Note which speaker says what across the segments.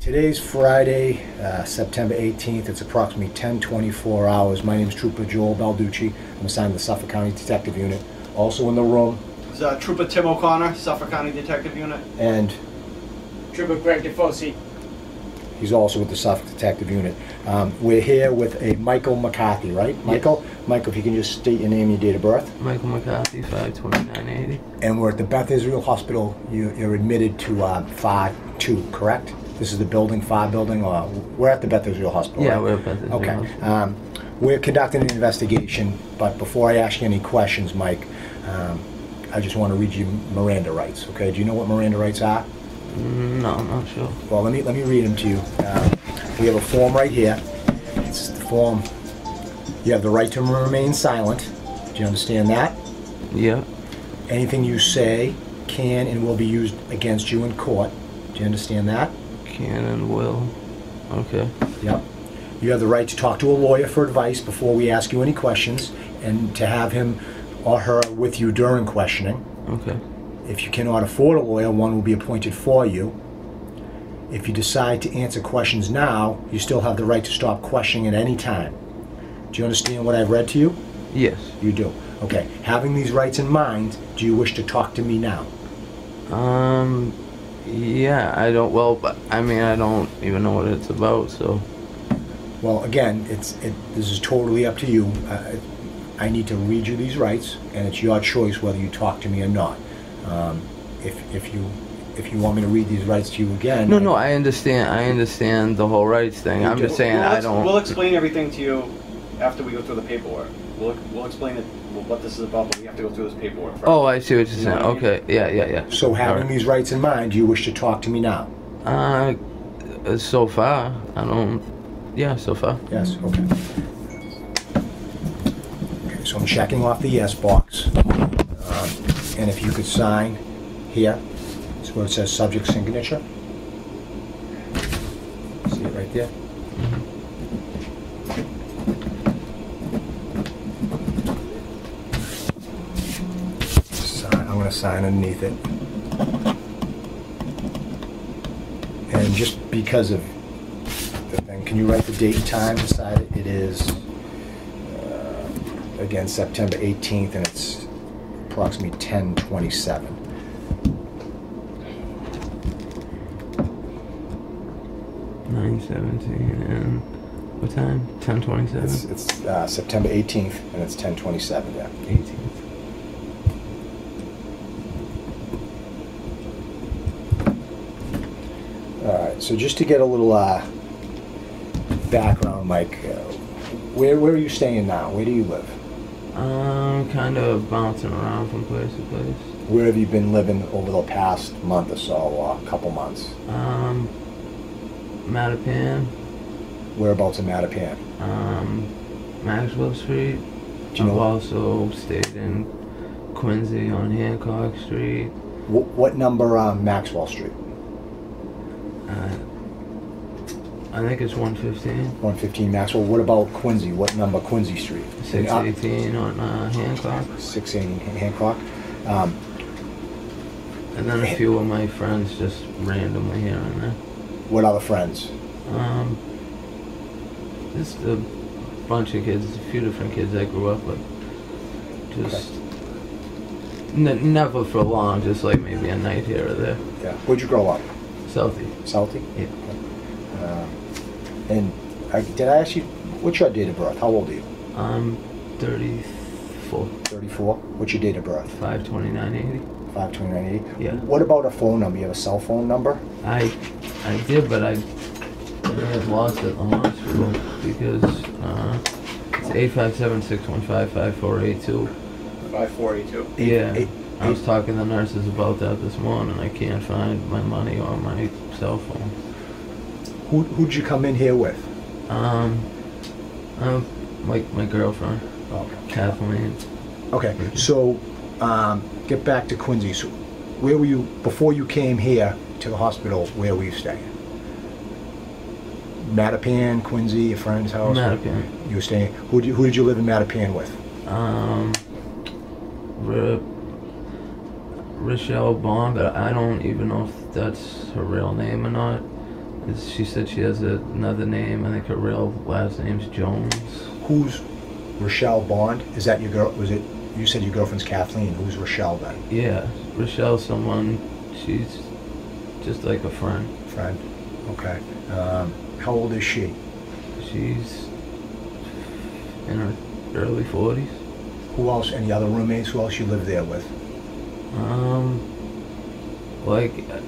Speaker 1: Today's Friday, uh, September 18th. It's approximately 10:24 hours. My name is Trooper Joel Balducci. I'm assigned to the Suffolk County Detective Unit. Also in the room,
Speaker 2: It's uh, Trooper Tim O'Connor, Suffolk County Detective Unit.
Speaker 1: and
Speaker 3: Trooper Greg DeFosse.
Speaker 1: he's also with the Suffolk Detective Unit. Um, We're here with a Michael McCarthy, right? Michael? Michael, if you can just state your name and your date of birth.
Speaker 4: Michael McCarthy, 52980.
Speaker 1: And we're at the Beth Israel Hospital. You- You're admitted to uh, FAR 2, correct? This is the building, FAR building, or we're at the Beth Israel Hospital,
Speaker 4: Yeah,
Speaker 1: right?
Speaker 4: we're both
Speaker 1: Okay. um, We're conducting an investigation, but before I ask you any questions, Mike, um, I just want to read you Miranda rights, okay? Do you know what Miranda rights are?
Speaker 4: No, I'm not sure.
Speaker 1: Well, let me, let me read them to you. Um, We have a form right here. It's the form, you have the right to remain silent. Do you understand that?
Speaker 4: Yeah,
Speaker 1: Anything you say can and will be used against you in court. Do you understand that?
Speaker 4: can and will. Okay.
Speaker 1: Yep. You have the right to talk to a lawyer for advice before we ask you any questions and to have him or her with you during questioning.
Speaker 4: Okay.
Speaker 1: If you cannot afford a lawyer, one will be appointed for you. If you decide to answer questions now, you still have the right to stop questioning at any time. Do you understand what I've read to you?
Speaker 4: Yes.
Speaker 1: You do. Okay. Having these rights in mind, do you wish to talk to me now?
Speaker 4: Um. Yeah, I don't. Well, but I mean, I don't even know what it's about. So.
Speaker 1: Well, again, it's, it, this is totally up to you. Uh, I need to read you these rights, and it's your choice whether you talk to me or not. Um, if, if you, if you want me to read these rights to you again.
Speaker 4: No, no, I understand. I understand the whole rights thing.
Speaker 1: You
Speaker 4: I'm
Speaker 1: do-
Speaker 4: just saying
Speaker 2: we'll
Speaker 4: I
Speaker 2: ex- We'll
Speaker 4: don't.
Speaker 2: explain everything to you after we go through the paperwork. We'll, we'll explain it, what this is about, but we have to go through this paperwork first.
Speaker 4: Oh, I see what you're saying.
Speaker 2: No, you-
Speaker 4: Okay. Yeah, yeah, yeah.
Speaker 1: So having
Speaker 4: Alright.
Speaker 1: these rights in mind, do you wish to talk to me now?
Speaker 4: Uh, uh, so far, I don't. Yeah, so far.
Speaker 1: Yes, okay. Okay, so I'm checking off the yes box. Um, And if you could sign here, it's where it says subject signature. See it right there? Sign, I'm gonna sign underneath it. And just because of the thing. Can you write the date and time beside it? It is, uh, again, September 18th, and it's approximately 10:27.
Speaker 4: Nine seventeen and what time? Ten
Speaker 1: It's,
Speaker 4: twenty-seven.
Speaker 1: it's uh, September 18th, and it's 10:27, yeah.
Speaker 4: Eighteen.
Speaker 1: All right, so just to get a little uh, background, Mike, uh, where, where are you staying now? Where do you live?
Speaker 4: Um, kind of bouncing around from place to place.
Speaker 1: Where have you been living over the past month or so, or a couple months?
Speaker 4: Um, Mattapan,
Speaker 1: Whereabouts in Mattapan?
Speaker 4: um, Maxwell Street.
Speaker 1: Do you
Speaker 4: I've
Speaker 1: know-
Speaker 4: also stayed in Quincy on Hancock Street.
Speaker 1: What, what number on Maxwell Street?
Speaker 4: Uh, I think it's 115,
Speaker 1: 115 Maxwell. What about Quincy? What number Quincy Street? Uh,
Speaker 4: 618 on uh, Hancock.
Speaker 1: 680 Hancock. Um,
Speaker 4: And then a few of my friends just randomly here and there.
Speaker 1: what other friends?
Speaker 4: Um, just a bunch of kids, a few different kids I grew up with. Just n- never for long, just like maybe a night here or there.
Speaker 1: Yeah. Where'd you grow up?
Speaker 4: Southie.
Speaker 1: Salty?
Speaker 4: Yeah.
Speaker 1: Um, and I, did I ask you, what's your date of birth? How old are you?
Speaker 4: I'm 34,
Speaker 1: 34? What's your date of birth?
Speaker 4: 52980.
Speaker 1: 52980?
Speaker 4: Yeah.
Speaker 1: What about a phone number? You have a cell phone number?
Speaker 4: I, I did, but I, I may have lost it on hospital because uh, it's 857-615-5482.
Speaker 2: 5482.
Speaker 4: Yeah,
Speaker 1: eight-
Speaker 4: I was talking to nurses about that this morning. I can't find my money or my cell phone.
Speaker 1: Who, who'd you come in here with?
Speaker 4: Um, um, my my girlfriend
Speaker 1: Okay.
Speaker 4: Kathleen.
Speaker 1: Okay, so um, get back to Quincy. So where were you, before you came here to the hospital, where were you staying? Mattapan, Quincy, your friend's house?
Speaker 4: Mattapan.
Speaker 1: You were staying, who did you, who did you live in Mattapan with?
Speaker 4: Um, R- Rochelle Bond. I don't even know if that's her real name or not. Is she said she has a, another name. I think her real last name's Jones.
Speaker 1: Who's Rochelle Bond? Is that your girl? Was it you said your girlfriend's Kathleen? Who's Rochelle then?
Speaker 4: Yeah, Rochelle's someone. She's just like a friend.
Speaker 1: Friend. Okay. Um, how old is she?
Speaker 4: She's in her early forties.
Speaker 1: Who else? Any other roommates? Who else you live there with?
Speaker 4: Um, like uh,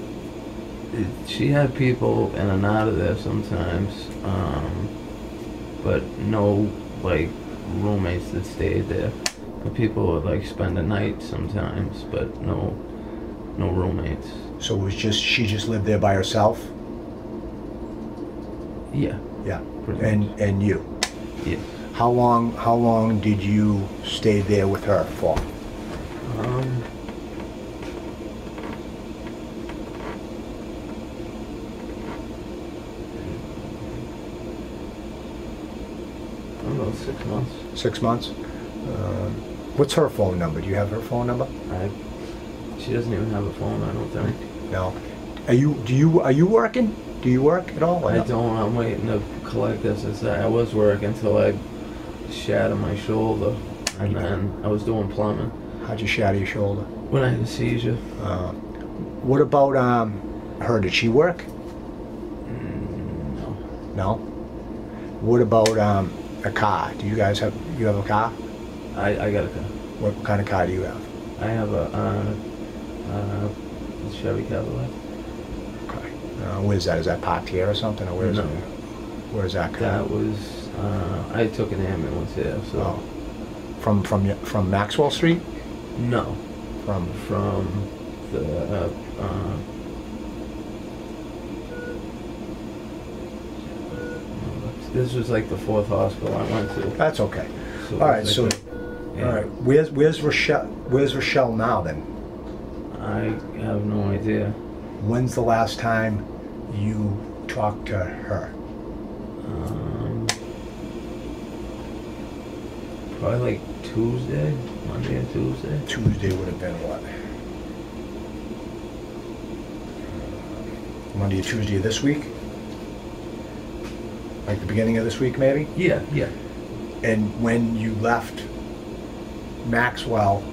Speaker 4: she had people in and out of there sometimes, um, but no like roommates that stayed there. And people would like spend the night sometimes, but no, no roommates.
Speaker 1: So it was just she just lived there by herself.
Speaker 4: Yeah,
Speaker 1: Yeah.
Speaker 4: pretty
Speaker 1: And
Speaker 4: much.
Speaker 1: and you.
Speaker 4: Yeah.
Speaker 1: How long? How long did you stay there with her for?
Speaker 4: Um, I don't know, six months.
Speaker 1: Six months. Um, what's her phone number? Do you have her phone number?
Speaker 4: I, she doesn't even have a phone, I don't think.
Speaker 1: No. Are you? Do you? Are you working? Do you work at all? or
Speaker 4: I
Speaker 1: no?
Speaker 4: don't, I'm waiting to collect this. It's, I was working until I shattered my shoulder. And then I was doing plumbing
Speaker 1: How'd you shatter your shoulder?
Speaker 4: when I had a seizure.
Speaker 1: Uh, what about um, her? Did she work?
Speaker 4: Mm, no.
Speaker 1: No. What about um, a car? Do you guys have? You have a car?
Speaker 4: I, I got a car.
Speaker 1: What kind of car do you have?
Speaker 4: I have a uh, uh, Chevy Cadillac.
Speaker 1: Okay. Uh, where's that? Is that parked here or something? Or where's
Speaker 4: No.
Speaker 1: it? Where's that car?
Speaker 4: That was uh, I took an ambulance here, so
Speaker 1: Oh. From from y- from Maxwell Street?
Speaker 4: no,
Speaker 1: From
Speaker 4: from the uh, uh, this was like the fourth hospital I went to.
Speaker 1: that's okay.
Speaker 4: So it
Speaker 1: All right,
Speaker 4: was like
Speaker 1: so-
Speaker 4: a- yeah.
Speaker 1: All right. Where's where's Rochelle? Where's Rochelle now then?
Speaker 4: I have no idea.
Speaker 1: When's the last time you talked to her?
Speaker 4: Um, probably like Tuesday, Monday or Tuesday.
Speaker 1: Tuesday would have been what? Monday, or Tuesday of this week? Like the beginning of this week, maybe?
Speaker 4: Yeah, yeah.
Speaker 1: And when you left Maxwell,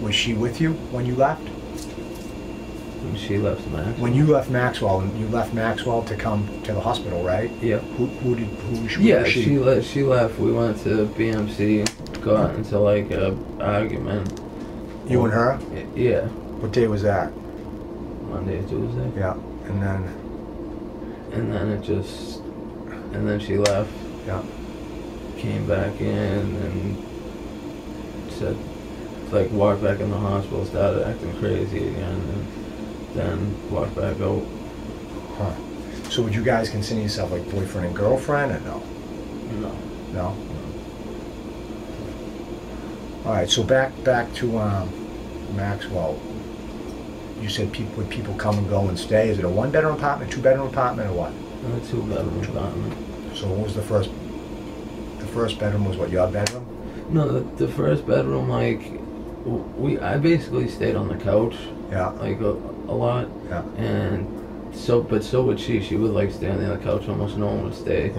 Speaker 1: was she with you when you left?
Speaker 4: When she left Max.
Speaker 1: When you left Maxwell, you left Maxwell to come to the hospital, right?
Speaker 4: Yep.
Speaker 1: Who, who did, who was she?
Speaker 4: Yeah,
Speaker 1: was
Speaker 4: she, left. She left. We went to BMC, got into like a argument.
Speaker 1: You and her?
Speaker 4: Y- Yeah,
Speaker 1: What day was that?
Speaker 4: Monday, Tuesday,
Speaker 1: Yeah. And then,
Speaker 4: and then it just, and then she left.
Speaker 1: Yeah.
Speaker 4: Came back in and said, like, walked back in the hospital, started acting crazy again, and then walked back out.
Speaker 1: huh. So would you guys consider yourself like boyfriend and girlfriend or no?
Speaker 4: No.
Speaker 1: No. All right. So back back to um, Maxwell. You said people would people come and go and stay? Is it a one bedroom apartment, two bedroom apartment, or what?
Speaker 4: Not two bedroom apartment.
Speaker 1: So what was the first? The first bedroom was what your bedroom?
Speaker 4: No, the, the first bedroom, like, w- we I basically stayed on the couch,
Speaker 1: Yeah.
Speaker 4: like a, a lot.
Speaker 1: Yeah.
Speaker 4: And so, but so would she. She would like stay on the other couch. Almost no one would stay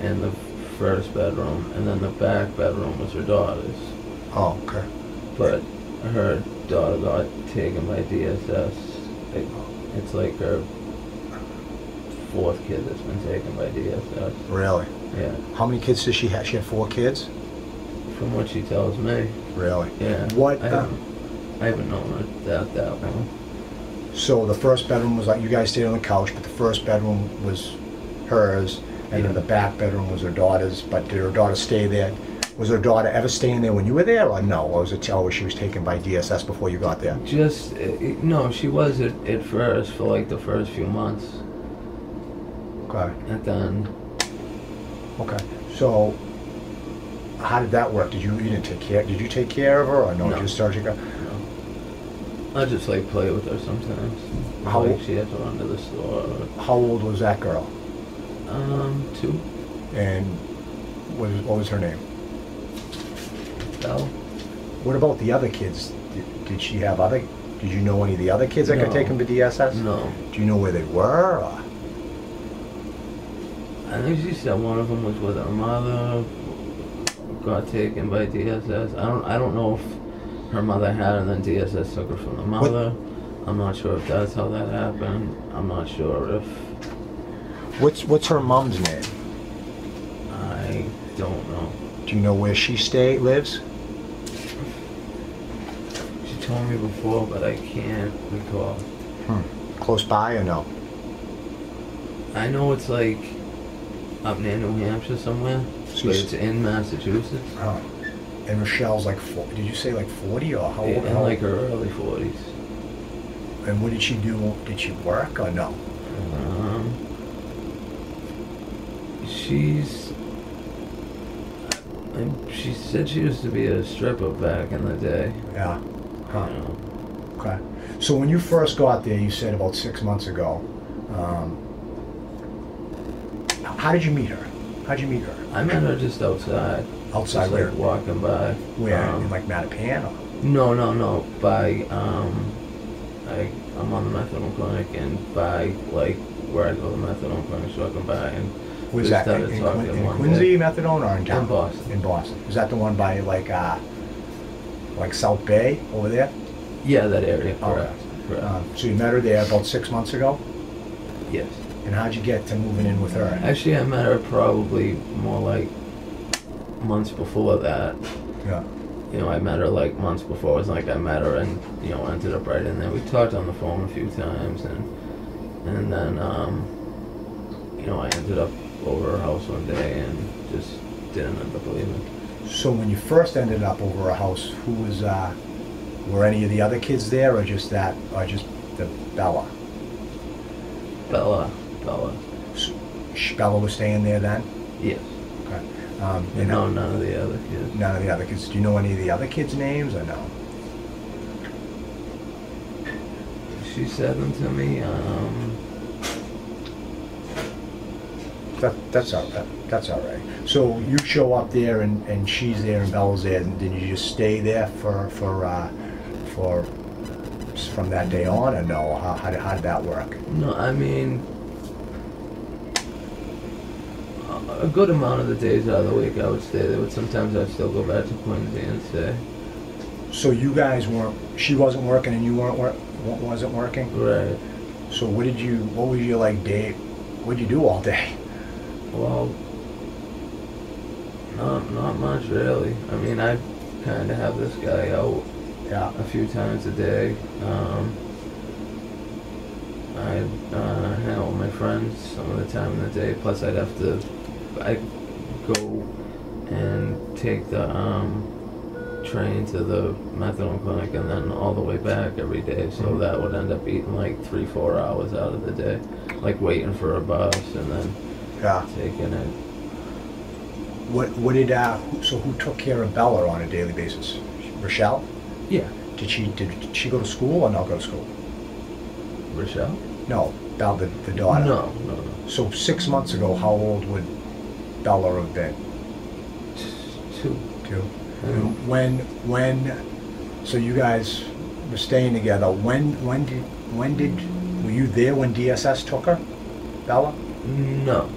Speaker 4: in the first bedroom, and then the back bedroom was her daughter's.
Speaker 1: Oh, okay.
Speaker 4: But her daughter got taken by DSS. It, it's like her fourth kid that's been taken by DSS.
Speaker 1: Really?
Speaker 4: Yeah,
Speaker 1: How many kids does she have? She had four kids.
Speaker 4: from what she tells me.
Speaker 1: Really?
Speaker 4: Yeah.
Speaker 1: What?
Speaker 4: I
Speaker 1: uh,
Speaker 4: haven't, I haven't known her that that long.
Speaker 1: so the first bedroom was like you guys stayed on the couch, but the first bedroom was hers, and then
Speaker 4: Yeah.
Speaker 1: the back bedroom was her daughter's. But did her daughter stay there? Was her daughter ever staying there when you were there, or no? Or was it tell she was taken by DSS before you got there?
Speaker 4: Just it, it- no, she was at, at first for like the first few months,
Speaker 1: Okay.
Speaker 4: and then
Speaker 1: Okay. So how did that work? Did you you didn't take care? Did you take care of her, or no?
Speaker 4: No.
Speaker 1: Just started. to
Speaker 4: I just like play with her sometimes.
Speaker 1: How
Speaker 4: like
Speaker 1: old-
Speaker 4: she has to run to the store.
Speaker 1: go- How old was that girl?
Speaker 4: Um, two.
Speaker 1: And what was, what was her name?
Speaker 4: Bell.
Speaker 1: What about the other kids? Did, did she have other? Did you know any of the other kids that could
Speaker 4: No.
Speaker 1: take them to DSS?
Speaker 4: No.
Speaker 1: Do you know where they were? Or?
Speaker 4: I think she said one of them was with her mother. Got taken by DSS. I don't. I don't know if her mother had, and then DSS took her from the mother. I'm not sure if that's how that happened. I'm not sure if
Speaker 1: What's what's her mom's name?
Speaker 4: I don't know.
Speaker 1: Do you know where she stay lives?
Speaker 4: She told me before, but I can't recall.
Speaker 1: Close by or no?
Speaker 4: I know it's like up near New Hampshire somewhere, but
Speaker 1: She's-
Speaker 4: it's in Massachusetts.
Speaker 1: Oh. And Michelle's like, four, did you say like 40 or how old?
Speaker 4: In
Speaker 1: how-
Speaker 4: like her early 40s.
Speaker 1: and what did she do? Did she work or no?
Speaker 4: Um, she's. I- She said she used to be a stripper back in the day.
Speaker 1: Yeah. Huh.
Speaker 4: You know.
Speaker 1: Okay. So when you first got there, you said about six months ago. Um, h- how did you meet her? How'd you meet her?
Speaker 4: I met her just outside.
Speaker 1: Outside
Speaker 4: just
Speaker 1: where?
Speaker 4: like walking by.
Speaker 1: Where?
Speaker 4: Um,
Speaker 1: in like Mattapan? Or?
Speaker 4: No, no, no. By um, I I'm on the methadone clinic, and by like where I go to the methadone clinic, so I can buy and
Speaker 1: Was
Speaker 4: we
Speaker 1: that in,
Speaker 4: started
Speaker 1: in,
Speaker 4: talking
Speaker 1: Quin- in
Speaker 4: one
Speaker 1: Quincy,
Speaker 4: day.
Speaker 1: Methadone, or in town?
Speaker 4: In Boston.
Speaker 1: In Boston. Was that the one by like uh, like South Bay over there?
Speaker 4: Yeah, that area.
Speaker 1: Okay.
Speaker 4: Correct. Correct.
Speaker 1: Um, so you met her there about six months ago,
Speaker 4: yes.
Speaker 1: and how'd you get to moving in with her?
Speaker 4: Actually, I met her probably more like months before that.
Speaker 1: Yeah.
Speaker 4: You know, I met her like months before. It was like I met her and you know ended up right in there. We talked on the phone a few times, and and then um, you know I ended up over her house one day and just didn't end up leaving.
Speaker 1: So when you first ended up over a house, who was uh, were any of the other kids there, or just that, or just the Bella?
Speaker 4: Bella, Bella,
Speaker 1: S- sh- Bella was staying there then.
Speaker 4: yes.
Speaker 1: Okay. Um, you
Speaker 4: And no,
Speaker 1: know,
Speaker 4: none of the other kids.
Speaker 1: none of the other kids. Do you know any of the other kids' names, or no?
Speaker 4: She said them to me. Um,
Speaker 1: That, that's all. That, that's all right. So you show up there, and, and she's there, and Bella's there, and then you just stay there for for uh, for s- from that day on, or no? How, how, did, how did that work?
Speaker 4: no, I mean, a- a good amount of the days out of the week I would stay there, but sometimes I'd still go back to Quincy and stay.
Speaker 1: So you guys weren't. She wasn't working, and you weren't work, wa- wasn't working.
Speaker 4: Right.
Speaker 1: So what did you? What was your like day? What did you do all day?
Speaker 4: Well, not not much really. I mean, I kind of have this guy out
Speaker 1: Yeah.
Speaker 4: a few times a day. Um, I'd uh, hang out with my friends some of the time in the day. Plus, I'd have to, I go and take the um, train to the methadone clinic and then all the way back every day. So
Speaker 1: Mhm.
Speaker 4: that would end up eating like three, four hours out of the day, like waiting for a bus and then
Speaker 1: Yeah.
Speaker 4: taking it.
Speaker 1: What what did uh? who- So who took care of Bella on a daily basis? Rochelle?
Speaker 4: Yeah,
Speaker 1: Did she did, did she go to school or not go to school?
Speaker 4: Rochelle.
Speaker 1: No, Bella the, the
Speaker 4: No,
Speaker 1: daughter.
Speaker 4: no, no.
Speaker 1: So six months ago, how old would Bella have been?
Speaker 4: T- Two.
Speaker 1: Two.
Speaker 4: Um,
Speaker 1: And when when? So you guys were staying together. When when did when did were you there when DSS took her, Bella?
Speaker 4: No.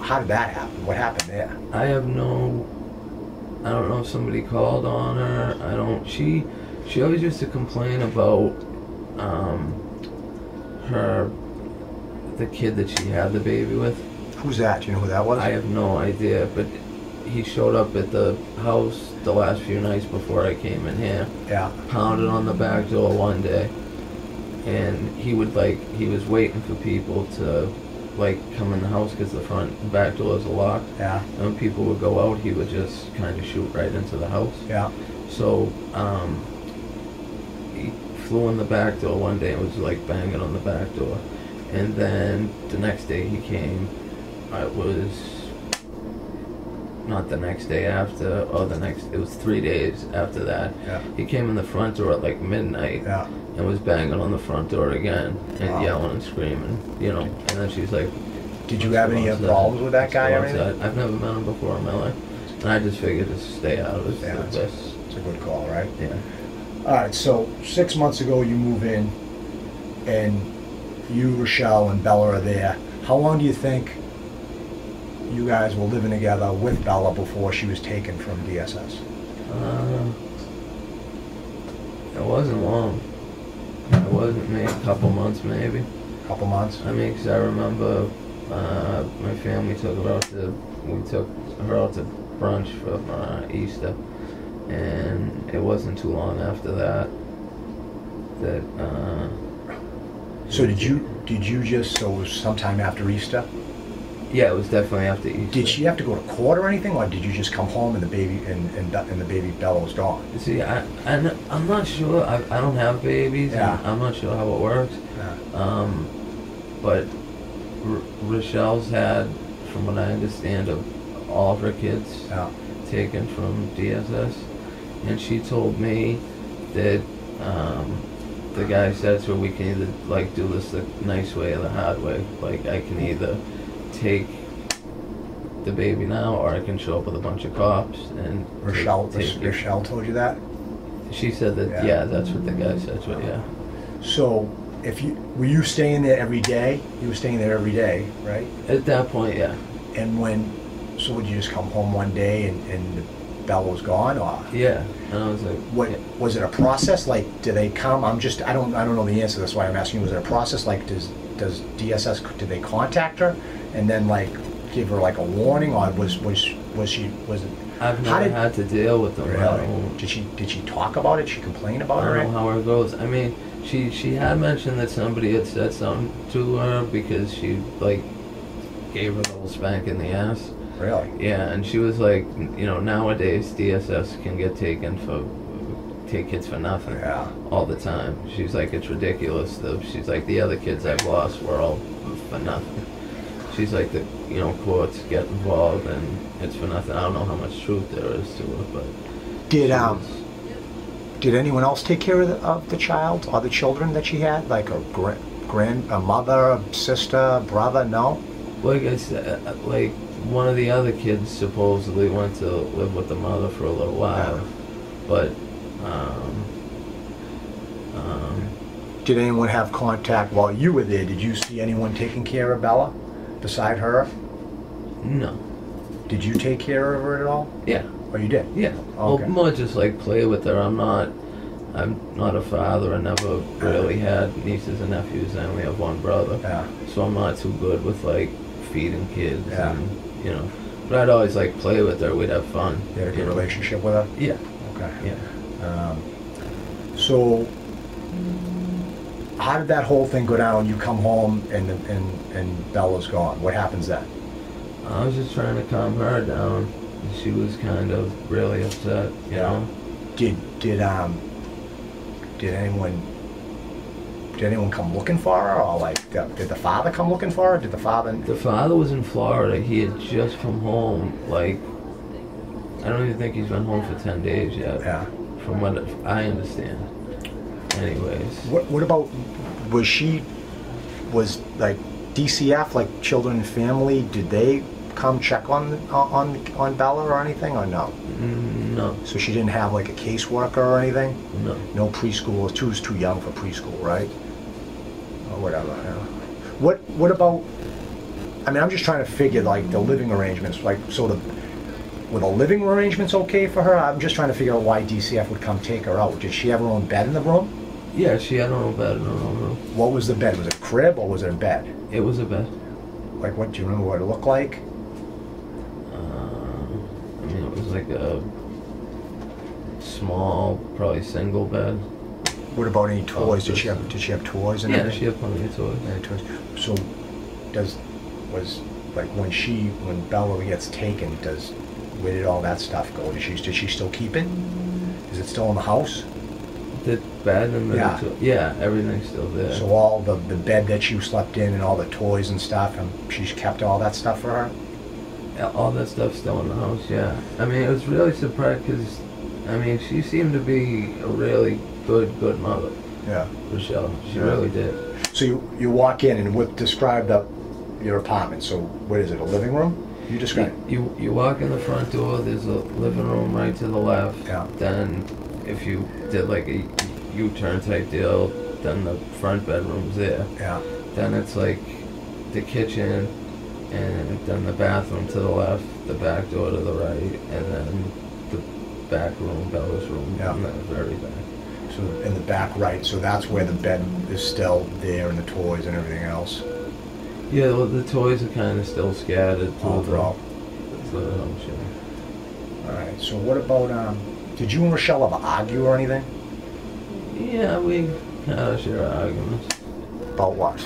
Speaker 1: How did that happen? What happened there?
Speaker 4: I have no. I don't know if somebody called on her. I don't. She. She always used to complain about um, her, the kid that she had the baby with.
Speaker 1: Who's that? Do you know who that was?
Speaker 4: I have no idea, but he showed up at the house the last few nights before I came in here.
Speaker 1: yeah.
Speaker 4: Pounded on the back door one day, and he would like he was waiting for people to like come in the house because the front and back doors are locked.
Speaker 1: Yeah.
Speaker 4: And when people would go out, he would just kind of shoot right into the house.
Speaker 1: Yeah.
Speaker 4: So um, he flew in the back door one day and was like banging on the back door. And then the next day he came. It was not the next day after, or the next. It was three days after that.
Speaker 1: Yeah.
Speaker 4: He came in the front door at like midnight
Speaker 1: Yeah.
Speaker 4: and was banging on the front door again and
Speaker 1: Wow.
Speaker 4: yelling and screaming, you know. And then she's like,
Speaker 1: Did you have any
Speaker 4: Outside.
Speaker 1: problems with that guy or
Speaker 4: Outside.
Speaker 1: anything?
Speaker 4: I've never met him before in my life, and I just figured to stay out of it.
Speaker 1: Yeah,
Speaker 4: Yeah,
Speaker 1: that's-
Speaker 4: best.
Speaker 1: It's a good call, right?
Speaker 4: yeah.
Speaker 1: All right, so six months ago you move in, and you, Rochelle, and Bella are there. How long do you think you guys were living together with Bella before she was taken from DSS.
Speaker 4: Uh, it wasn't long. It wasn't maybe a couple months, maybe.
Speaker 1: Couple months.
Speaker 4: I mean, 'cause I remember uh, my family took her out to, we took her out to brunch for uh, Easter, and it wasn't too long after that that. Uh,
Speaker 1: So did you did you just so it was sometime after Easter?
Speaker 4: Yeah, it was definitely after Easter.
Speaker 1: Did she have to go to court or anything, or did you just come home and the baby and and, and the baby Bella was gone?
Speaker 4: See, I, I n- I'm not sure. I, I don't have babies. and
Speaker 1: Yeah.
Speaker 4: I'm not sure how it works. Um, but R- Rochelle's had, from what I understand, of all of her kids
Speaker 1: Yeah.
Speaker 4: taken from DSS, and she told me that um, the guy said to her, "We can either like do this the nice way or the hard way. Like I can either take the baby now, or I can show up with a bunch of cops and take-
Speaker 1: Rochelle,
Speaker 4: take it."
Speaker 1: Rochelle told you that.
Speaker 4: She said that
Speaker 1: Yeah.
Speaker 4: yeah. that's what the guy said. But yeah,
Speaker 1: So if you were you staying there every day, you were staying there every day, right?
Speaker 4: at that point, yeah,
Speaker 1: And when, so would you just come home one day and and Bella was gone, or
Speaker 4: yeah. And I was like,
Speaker 1: what
Speaker 4: yeah.
Speaker 1: was it a process? Like, do they come? I'm just I don't I don't know the answer. That's why I'm asking. you. Was it a process? Like, does does DSS did they contact her and then like give her like a warning, or was was was she was it?
Speaker 4: I've
Speaker 1: How
Speaker 4: never
Speaker 1: did-
Speaker 4: had to deal with them. I
Speaker 1: Really?
Speaker 4: don't-
Speaker 1: Did she did she talk about it? She complain about
Speaker 4: I
Speaker 1: it?
Speaker 4: don't know how it goes. I mean, she she had mentioned that somebody had said something to her because she like gave her a little spank in the ass.
Speaker 1: Really?
Speaker 4: Yeah, and she was like, you know, nowadays DSS can get taken for take kids for nothing
Speaker 1: Yeah.
Speaker 4: all the time. She's like, it's ridiculous. Though she's like, the other kids I've lost were all for nothing. She's like, the you know courts get involved and it's for nothing. I don't know how much truth there is to it, but
Speaker 1: Did
Speaker 4: she
Speaker 1: um
Speaker 4: was-
Speaker 1: did anyone else take care of the, of the child or the children that she had? Like a gra- grand a mother, a sister, brother? No.
Speaker 4: Like I said, like one of the other kids supposedly went to live with the mother for a little while,
Speaker 1: Yeah.
Speaker 4: but um, um,
Speaker 1: Did anyone have contact while you were there? Did you see anyone taking care of Bella beside her?
Speaker 4: no,
Speaker 1: Did you take care of her at all?
Speaker 4: yeah,
Speaker 1: Oh, you did.
Speaker 4: yeah.
Speaker 1: Okay.
Speaker 4: Well, more just like play with her. I'm not, I'm not a father. I never really had nieces and nephews. I only have one brother.
Speaker 1: Yeah.
Speaker 4: so I'm not too good with like feeding kids.
Speaker 1: Yeah.
Speaker 4: And, you know, but I'd always like play with her. We'd have fun.
Speaker 1: You had a
Speaker 4: you
Speaker 1: good
Speaker 4: know.
Speaker 1: relationship with her.
Speaker 4: Yeah,
Speaker 1: Okay.
Speaker 4: yeah.
Speaker 1: Um, so, how did that whole thing go down? You come home and and and Bella's gone. What happens then?
Speaker 4: I was just trying to calm her down. She was kind of really upset, you
Speaker 1: Yeah.
Speaker 4: know.
Speaker 1: Did did um did anyone did anyone come looking for her, or like the, did the father come looking for her? Did the father?
Speaker 4: The father was in Florida. He had just come home. Like, I don't even think he's been home for ten days yet,
Speaker 1: Yeah.
Speaker 4: from what I understand. Anyways,
Speaker 1: What what about was she was like DCF like Children and Family? Did they come check on on on Bella or anything or no?
Speaker 4: Mm, no,
Speaker 1: So she didn't have like a caseworker or anything.
Speaker 4: no.
Speaker 1: No preschool. She was too young for preschool, right? Or whatever. yeah. What What about? I mean, I'm just trying to figure like the living arrangements. Like, so the were the living arrangements okay for her? I'm just trying to figure out why DCF would come take her out. Did she have her own bed in the room?
Speaker 4: Yeah, she had her own bed in her own room.
Speaker 1: What was the bed? Was it a crib or was it a bed?
Speaker 4: It was a bed.
Speaker 1: Like, what do you remember what it looked like?
Speaker 4: Um, I mean, it was like a small, probably single bed.
Speaker 1: What about any toys? Did she have Did she have toys? And
Speaker 4: Yeah,
Speaker 1: everything?
Speaker 4: she had plenty of toys.
Speaker 1: Yeah, toys. So, does was like when she when Bella gets taken? Does where did all that stuff go? Did she did she still keep it? Is it still in the house?
Speaker 4: The bed and the
Speaker 1: Yeah.
Speaker 4: yeah, everything's still there.
Speaker 1: So all the the bed that she slept in and all the toys and stuff, and she's kept all that stuff for her.
Speaker 4: Yeah, all that stuff's still in the house, yeah. I mean, it was really surprised because, I mean, she seemed to be a really good, good mother,
Speaker 1: Yeah.
Speaker 4: Rochelle. She
Speaker 1: Yeah.
Speaker 4: really did.
Speaker 1: So you you walk in and what describe the your apartment. So what is it? A living room? You describe.
Speaker 4: You, you you walk in the front door. There's a living room right to the left.
Speaker 1: Yeah.
Speaker 4: Then, if you did like a U-turn type deal, then the front bedroom's there.
Speaker 1: Yeah.
Speaker 4: Then it's like the kitchen, and then the bathroom to the left, the back door to the right, and then the back room, Bella's room,
Speaker 1: Yeah.
Speaker 4: and then the very back.
Speaker 1: So in the back right, so that's where the bed is still there and the toys and everything else
Speaker 4: Yeah, well, the toys are kind of still scattered. through
Speaker 1: overall.
Speaker 4: The, through the home share.
Speaker 1: All right. So what about um? Did you and Rochelle ever argue or anything
Speaker 4: Yeah, we kind of share arguments.
Speaker 1: about what?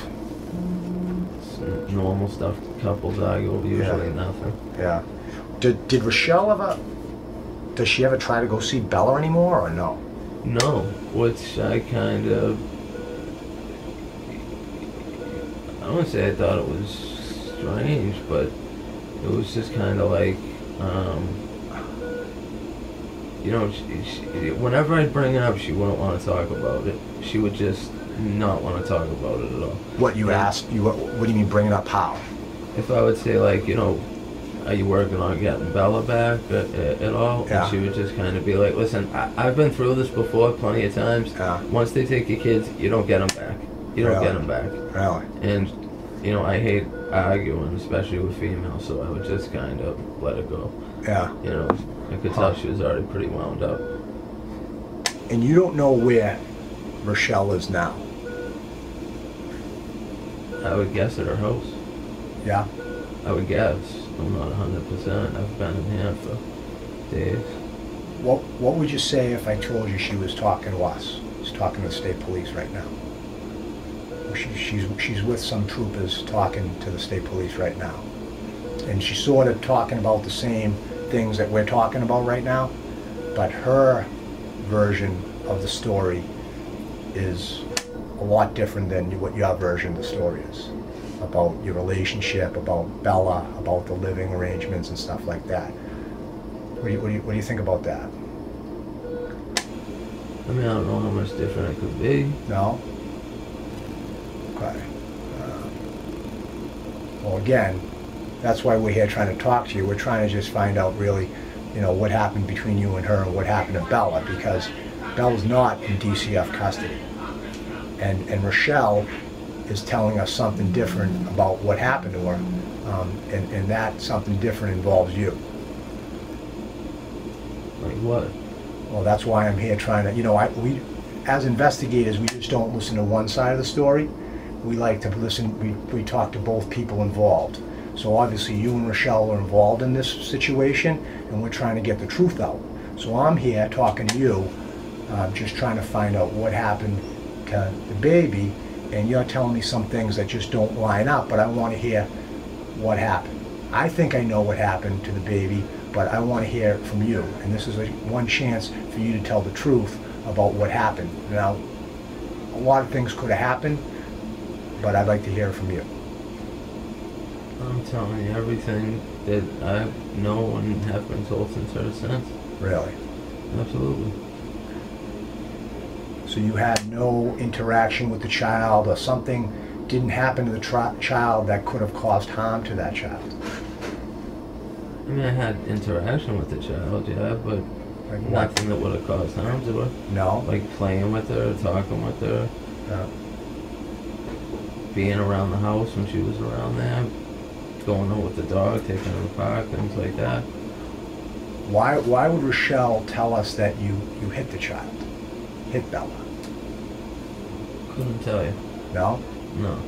Speaker 4: It's normal stuff couples argue, usually nothing.
Speaker 1: Yeah. Did Did Rochelle ever? Does she ever try to go see Bella anymore or no?
Speaker 4: No, which I kind of. I wouldn't say I thought it was strange, but it was just kind of like, um, you know, she, she, whenever I'd bring it up, she wouldn't want to talk about it. She would just not want to talk about it at all.
Speaker 1: What you
Speaker 4: Yeah.
Speaker 1: asked? You what, what do you mean bringing up how?
Speaker 4: if I would say like, you know, are you working on getting Bella back at, at, at all?
Speaker 1: Yeah.
Speaker 4: And she would just kind of be like, listen, I, I've been through this before plenty of times.
Speaker 1: Yeah.
Speaker 4: Once they take your kids, you don't get them back. You don't
Speaker 1: Really?
Speaker 4: get 'em get them back.
Speaker 1: Really?
Speaker 4: And, you know, I hate arguing, especially with females, so I would just kind of let it go.
Speaker 1: Yeah.
Speaker 4: You know, I could
Speaker 1: Huh.
Speaker 4: tell she was already pretty wound up.
Speaker 1: And you don't know where Rochelle is now.
Speaker 4: I would guess at her house.
Speaker 1: Yeah.
Speaker 4: I would guess. I'm not 100%. I've been in here for days.
Speaker 1: What What would you say if I told you she was talking to us? She's talking to the state police right now. She, she's She's with some troopers talking to the state police right now, and she's sort of talking about the same things that we're talking about right now, but her version of the story is a lot different than what your version of the story is about your relationship, about Bella, about the living arrangements and stuff like that. What do you, what do you, what do you think about that?
Speaker 4: I mean, I don't know how much different it could be.
Speaker 1: No? Okay. Um, Well, again, that's why we're here trying to talk to you. We're trying to just find out really, you know, what happened between you and her and what happened to Bella because Bella's not in DCF custody. And, and Rochelle is telling us something different about what happened to her. Um, and, and that something different involves you.
Speaker 4: Like what?
Speaker 1: Well, that's why I'm here trying to, you know, I, we, as investigators, we just don't listen to one side of the story. We like to listen, we, we talk to both people involved. So obviously you and Rochelle are involved in this situation and we're trying to get the truth out. So I'm here talking to you, uh, just trying to find out what happened to the baby and you're telling me some things that just don't line up, but I want to hear what happened. I think I know what happened to the baby, but I want to hear it from you. And this is a, one chance for you to tell the truth about what happened. Now, a lot of things could have happened, but I'd like to hear it from you.
Speaker 4: I'm telling you everything that I know and have been told since her since.
Speaker 1: Really.
Speaker 4: Absolutely.
Speaker 1: So you had no interaction with the child, or something didn't happen to the tri- child that could have caused harm to that child.
Speaker 4: I mean, I had interaction with the child, yeah, but
Speaker 1: Like what?
Speaker 4: nothing that would have caused harm to her.
Speaker 1: No.
Speaker 4: Like playing with her, talking with her,
Speaker 1: No.
Speaker 4: being around the house when she was around there, going out with the dog, taking her to the park, things like that.
Speaker 1: Why? Why would Rochelle tell us that you you hit the child, hit Bella?
Speaker 4: Couldn't tell you.
Speaker 1: No.
Speaker 4: No.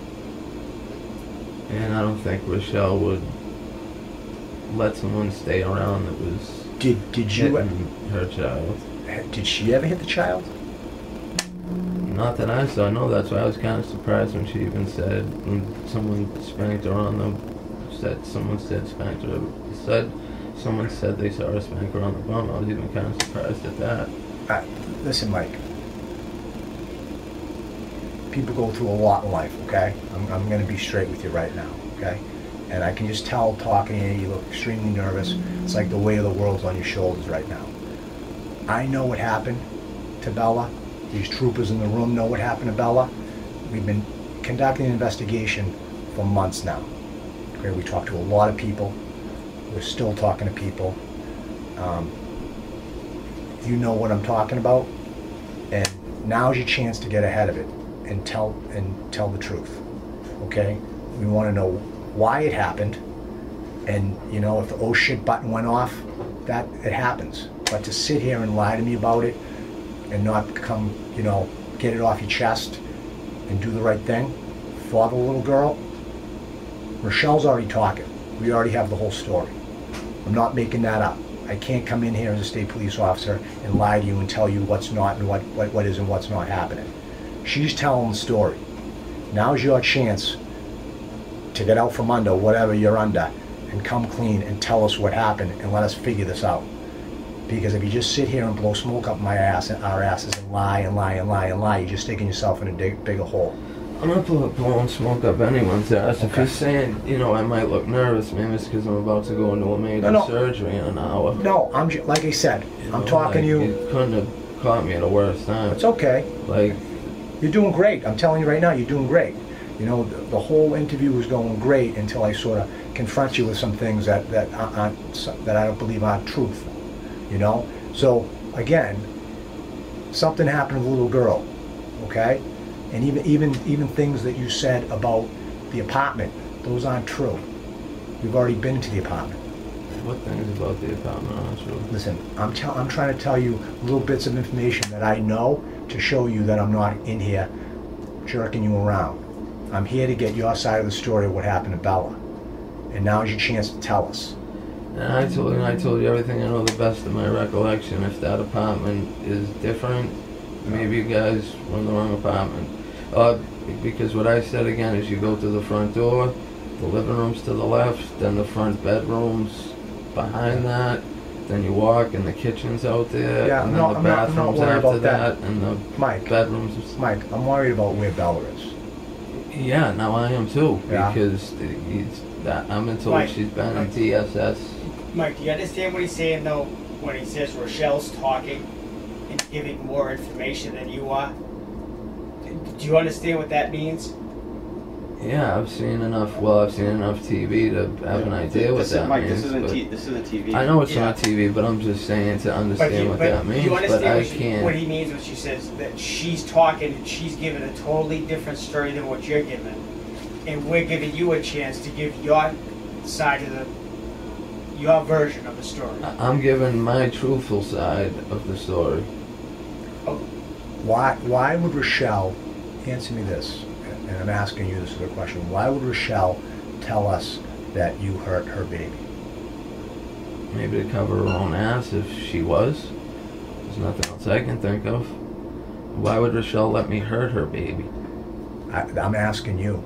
Speaker 4: And I don't think Rochelle would let someone stay around that was
Speaker 1: Did Did you?
Speaker 4: hitting her child.
Speaker 1: Did she ever hit the child?
Speaker 4: Not that I saw. No, that's why I was kind of surprised when she even said when someone spanked her on the said someone said spanked her said someone said they saw her spank her on the bum. I was even kind of surprised at that.
Speaker 1: Uh, listen, Mike. People go through a lot in life, okay? I'm, I'm going to be straight with you right now, okay? And I can just tell talking to you, you look extremely nervous. It's like the weight of the world's on your shoulders right now. I know what happened to Bella. These troopers in the room know what happened to Bella. We've been conducting an investigation for months now. Okay, we talked to a lot of people. We're still talking to people. Um, you know what I'm talking about, and now's your chance to get ahead of it and tell and tell the truth. Okay? We want to know why it happened, And you know, if the oh shit button went off, that it happens. But to sit here and lie to me about it and not come, you know, get it off your chest and do the right thing for the little girl, Rochelle's already talking. We already have the whole story. I'm not making that up. I can't come in here as a state police officer and lie to you and tell you what's not and what, what, what is and what's not happening. She's telling the story. Now's your chance to get out from under whatever you're under and come clean and tell us what happened and let us figure this out. Because if you just sit here and blow smoke up my ass and our asses and lie and lie and lie and lie, you're just digging yourself in a dig, bigger hole.
Speaker 4: I'm not blow- blowing smoke up anyone's ass. If
Speaker 1: Okay.
Speaker 4: you're saying, you know, I might look nervous, man, it's because I'm about to go into a major
Speaker 1: No, no.
Speaker 4: surgery in an hour.
Speaker 1: No, I'm ju- like I said,
Speaker 4: You
Speaker 1: I'm
Speaker 4: know,
Speaker 1: talking
Speaker 4: like,
Speaker 1: to you.
Speaker 4: You couldn't have caught me at a worse time.
Speaker 1: It's okay.
Speaker 4: Like,
Speaker 1: You're doing great. I'm telling you right now, you're doing great. You know, the, the whole interview was going great until I sort of confront you with some things that that aren't- aren't that I don't believe aren't truthful. You know, so again, something happened to the little girl, okay, and even even even things that you said about the apartment, those aren't true. We've already been to the apartment.
Speaker 4: what things about the apartment are true?
Speaker 1: Listen, I'm tell, I'm trying to tell you little bits of information that I know to show you that I'm not in here jerking you around. I'm here to get your side of the story of what happened to Bella. And now's your chance to tell us.
Speaker 4: And I told and I told you everything I know the best of my recollection. If that apartment is different, maybe you guys were in the wrong apartment. Uh, because what I said again is you go to the front door, the living room's to the left, then the front bedroom's behind that, then you walk and the kitchen's out there,
Speaker 1: Yeah,
Speaker 4: and
Speaker 1: I'm
Speaker 4: then
Speaker 1: not-
Speaker 4: the
Speaker 1: I'm not- I'm not
Speaker 4: bathroom's
Speaker 1: worried
Speaker 4: after
Speaker 1: about that.
Speaker 4: and the
Speaker 1: Mike,
Speaker 4: bedroom's
Speaker 1: Mike, I'm worried about where Bella is.
Speaker 4: yeah, now I am too
Speaker 1: Yeah.
Speaker 4: because it's, that I'm until
Speaker 3: Right.
Speaker 4: she's been in
Speaker 3: Right.
Speaker 4: DSS.
Speaker 3: Mike, do you understand what he's saying though? When he says Rochelle's talking and giving more information than you are? Do you understand what that means?
Speaker 4: Yeah, I've seen enough. Well, I've seen enough TV to have an idea what
Speaker 2: this
Speaker 4: that
Speaker 2: is, Mike,
Speaker 4: means.
Speaker 2: this isn't,
Speaker 4: but-
Speaker 2: t- this isn't TV.
Speaker 4: I know it's
Speaker 3: Yeah.
Speaker 4: not TV, but I'm just saying to
Speaker 3: But
Speaker 4: understand
Speaker 3: you,
Speaker 4: what
Speaker 3: but
Speaker 4: that means.
Speaker 3: you understand
Speaker 4: But I
Speaker 3: what, she- what
Speaker 4: can't.
Speaker 3: he means when she says that she's talking and she's giving a totally different story than what you're giving, and we're giving you a chance to give your side of the your version of the story.
Speaker 4: I- I'm giving my truthful side of the story.
Speaker 1: Why, why would Rochelle, answer me this, and I'm asking you this other question, why would Rochelle tell us that you hurt her baby?
Speaker 4: Maybe to cover her own ass if she was. There's nothing else I can think of. Why would Rochelle let me hurt her baby?
Speaker 1: I, I'm asking you.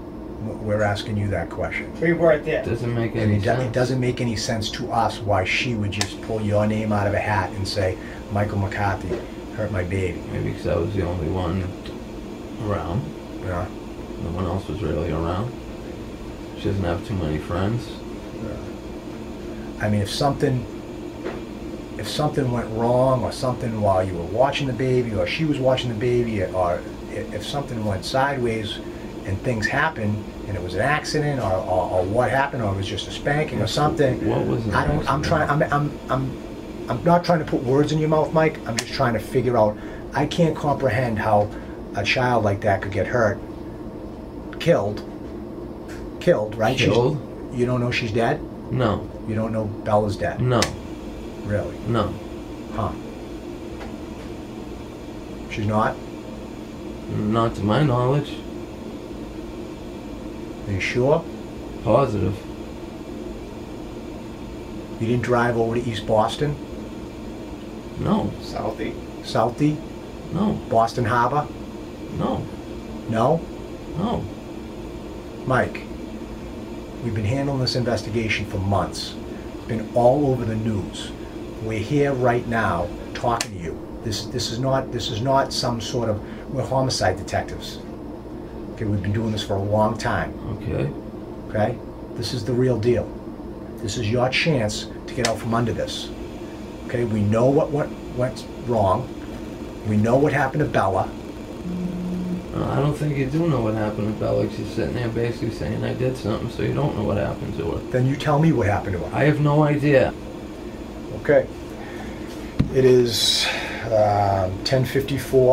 Speaker 1: We're asking you that question.
Speaker 3: We were at that.
Speaker 4: It doesn't make
Speaker 1: And
Speaker 4: any
Speaker 1: it, do- it
Speaker 4: sense.
Speaker 1: doesn't make any sense to us why she would just pull your name out of a hat and say, Michael McCarthy hurt my baby.
Speaker 4: Maybe because I was the only one around.
Speaker 1: You know?
Speaker 4: No one else was really around. She doesn't have too many friends.
Speaker 1: I mean, if something, if something went wrong or something while you were watching the baby or she was watching the baby or i- if something went sideways and things happened and it was an accident or, or, or what happened or it was just a spanking or something.
Speaker 4: What was an
Speaker 1: I don't, I'm
Speaker 4: accident?
Speaker 1: trying, I'm, I'm, I'm, I'm not trying to put words in your mouth, Mike. I'm just trying to figure out, I can't comprehend how a child like that could get hurt, killed, killed, right? She's-
Speaker 4: Killed?
Speaker 1: you don't know she's dead?
Speaker 4: No,
Speaker 1: You don't know Bella's dead?
Speaker 4: no,
Speaker 1: Really?
Speaker 4: no,
Speaker 1: Huh. She's not?
Speaker 4: not to my knowledge.
Speaker 1: Are you sure?
Speaker 4: Positive.
Speaker 1: You didn't drive over to East Boston?
Speaker 4: No,
Speaker 2: Southie.
Speaker 1: Southie?
Speaker 4: no,
Speaker 1: Boston Harbor?
Speaker 4: no,
Speaker 1: No?
Speaker 4: no.
Speaker 1: Mike, we've been handling this investigation for months. Been all over the news. We're here right now talking to you. This, this is not this is not some sort of we're homicide detectives. Okay, we've been doing this for a long time.
Speaker 4: Okay.
Speaker 1: okay? This is the real deal. This is your chance to get out from under this. Okay, we know what went, went wrong. We know what happened to Bella.
Speaker 4: Uh, I don't think you do know what happened to Bella. She's sitting there basically saying I did something, so you don't know what happened to her.
Speaker 1: Then you tell me what happened to her.
Speaker 4: I have no idea.
Speaker 1: uh, Okay. It is um, 10:54